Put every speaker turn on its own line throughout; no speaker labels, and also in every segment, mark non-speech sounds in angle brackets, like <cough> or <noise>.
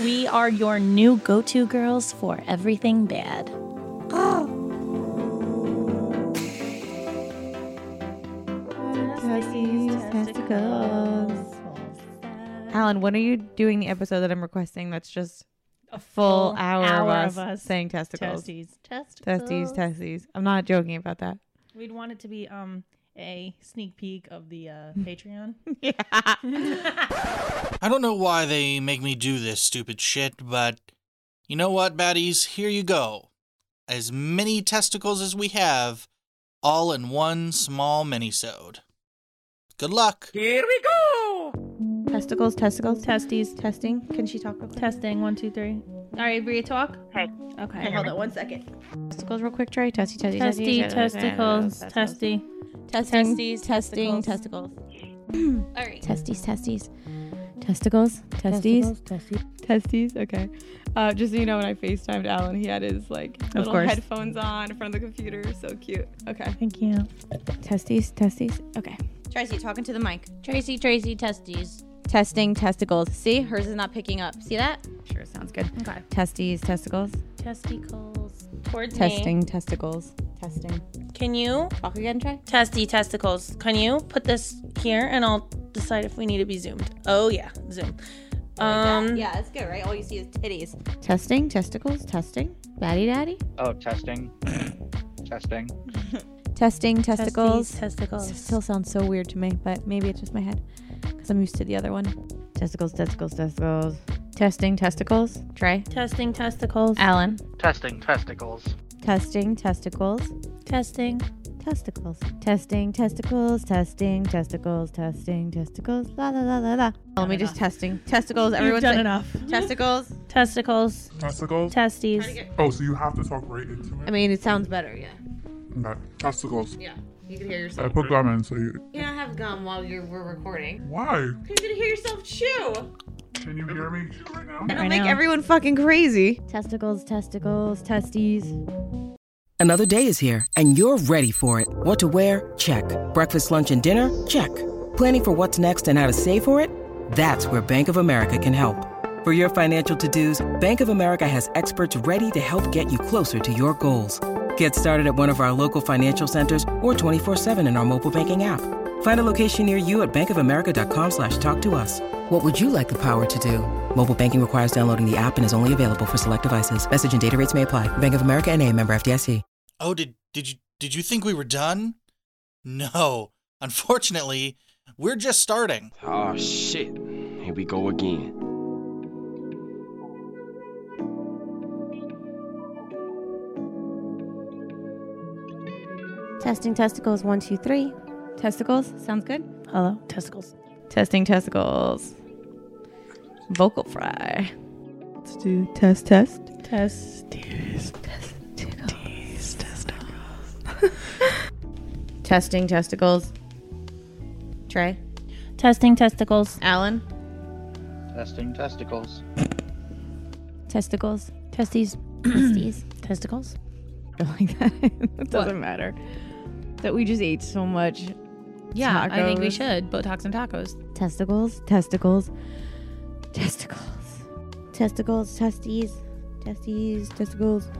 We are your new go to girls for everything bad.
Alan, when are you doing the episode that I'm requesting? That's just a full, hour, of, us saying testicles.
Testes.
Testicles.
Testes, testes. I'm not joking about that.
We'd want it to be um a sneak peek of the
<laughs>
uh, Patreon.
I don't know why they make me do this stupid shit, but you know what, baddies? Here you go. As many testicles as we have, all in one small minisode. Good luck.
Testicles, testicles,
Testes.
testing. Can she talk real quick?
<laughs> Testing. One, two, three. All right, Bria, talk. Hey. Okay. hold on one second.
testicles real quick, Trey. Testy, testy,
Testy, testicles, testy.
testing,
testes,
testing, testicles.
All right.
Testes, testes. Testicles, testes, testes. Okay. Uh, just so you know, when I FaceTimed Alan, he had his like little
course.
headphones on in front of the computer. So cute. Okay.
Thank you.
Testes, testes. Okay.
Tracy, talking to the mic.
Tracy, Tracy, testes.
Testing testicles. See, hers is not picking up. See that?
Sure, sounds good.
Okay.
Testes, testicles.
Testicles.
Towards me.
Testing testicles. Testing.
Can you
Talk again, Trey.
testy testicles? Can you put this here and I'll decide if we need to be zoomed? Oh yeah, zoom. Um,
yeah, that's good, right? All you see is titties.
Testing, testicles, testing. Daddy, daddy.
Oh, testing.
<laughs>
testing.
Testing testicles.
testes, testicles.
Still sounds so weird to me, but maybe it's just my head because I'm used to the other one. Testicles, testicles, testicles. Testing, testicles. Trey.
Testing testicles.
Alan.
Testing testicles.
Testing, testicles.
Testing.
Testicles. Testing, testicles, testing, testicles, testing, testicles. La la la la la. Let me just testing. Testicles,
You've
everyone's
done
like-
enough.
Testicles.
Testicles.
Testicles?
Testes.
Oh, so you have to talk right into
<laughs> I
it?
mean, it sounds better, yeah.
No, testicles.
Yeah. You can hear
I
yourself.
put gum in, so you.
You don't have gum while you're, we're recording.
Why?
You can hear yourself chew.
Can you hear me right now?
Right now.
everyone fucking crazy. Testicles, testicles, testes.
Another day is here, and you're ready for it. What to wear? Check. Breakfast, lunch, and dinner? Check. Planning for what's next and how to save for it? That's where Bank of America can help. For your financial to dos, Bank of America has experts ready to help get you closer to your goals. Get started at one of our local financial centers or 24-7 in our mobile banking app. Find a location near you at bankofamerica.com slash talk to us. What would you like the power to do? Mobile banking requires downloading the app and is only available for select devices. Message and data rates may apply. Bank of America and a member FDIC.
Oh, did did you did you think we were done? No. Unfortunately, we're just starting.
Oh shit. Here we go again.
Testing testicles, one, two, three. Testicles, sounds good.
Hello. Testicles.
Testing testicles. Vocal fry. Let's do test, test.
Testes.
Testing testicles. Trey.
Testing testicles.
Alan.
Testing testicles.
Testicles.
<clears throat>
Testes.
Testes.
Testicles.
<laughs> like that. <laughs> it doesn't matter. That we just ate so much.
Yeah, I think we
Tacos.
should. Botox and tacos.
Testicles. Testicles. Testicles. Testicles. Testes. Testes. Testicles.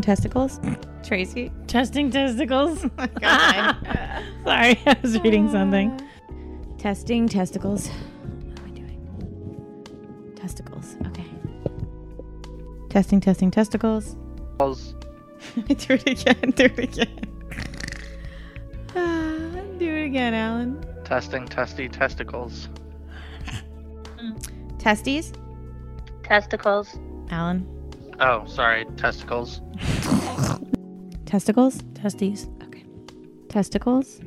<clears throat>
testicles. Tracy.
<laughs> Testing <laughs> testicles. Sorry, I was reading something.
Testing testicles. What am I doing? Testicles. Okay. Testing, testing, testicles.
Testicles.
<laughs> do it again. Do it again. <sighs> Ah, do it again, Alan.
Testing testy testicles.
Testes.
Testicles.
Alan.
Oh, sorry, testicles.
Testicles?
Testes.
Okay. Testicles?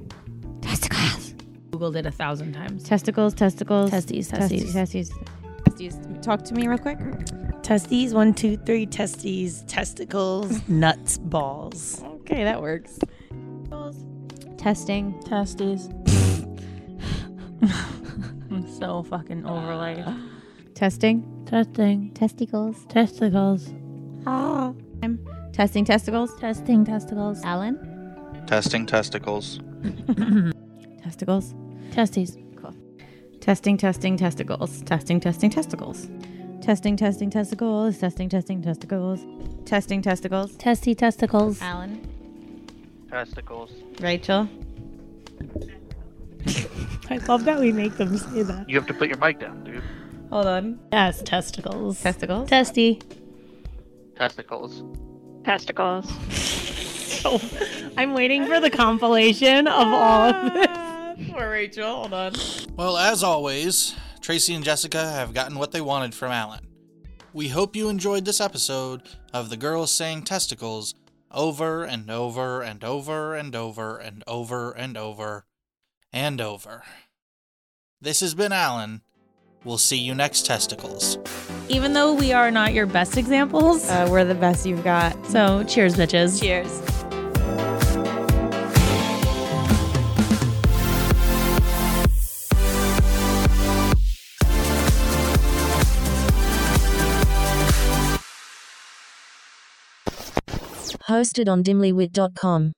Googled it a thousand times.
Testicles, testicles.
Testes,
testes.
testes.
Testes.
Testes. Talk to me real quick.
Testes, one, two, three, testes,
<laughs>
testicles, nuts, balls.
Okay, that works.
Testing.
Testes. <laughs> I'm so fucking over life.
Testing.
Testing.
Testicles.
Testicles.
Ah. I'm testing testicles.
Testing testicles.
Alan.
Testing testicles.
Testicles.
Testes.
Testing, testing, testicles. Testing, testing, testicles. Testing, testing, testicles. Testing, testing, testicles. Testing, testicles.
Testy testicles.
Alan.
Testicles.
Rachel.
I love that we make them say that.
You have to put your mic down, dude.
Hold on.
Yes, testicles.
Testicles.
Testy.
Testicles.
Testicles. so, I'm waiting for the compilation of all of this.
Poor Rachel, hold on.
Well, as always, Tracy and Jessica have gotten what they wanted from Alan. We hope you enjoyed this episode of the girls saying testicles over and over and over and over and over and over and over. This has been Alan. We'll see you next testicles.
Even though we are not your best examples,
Uh, we're the best you've got.
so cheers, bitches.
Cheers.
Hosted on dimlywit.com.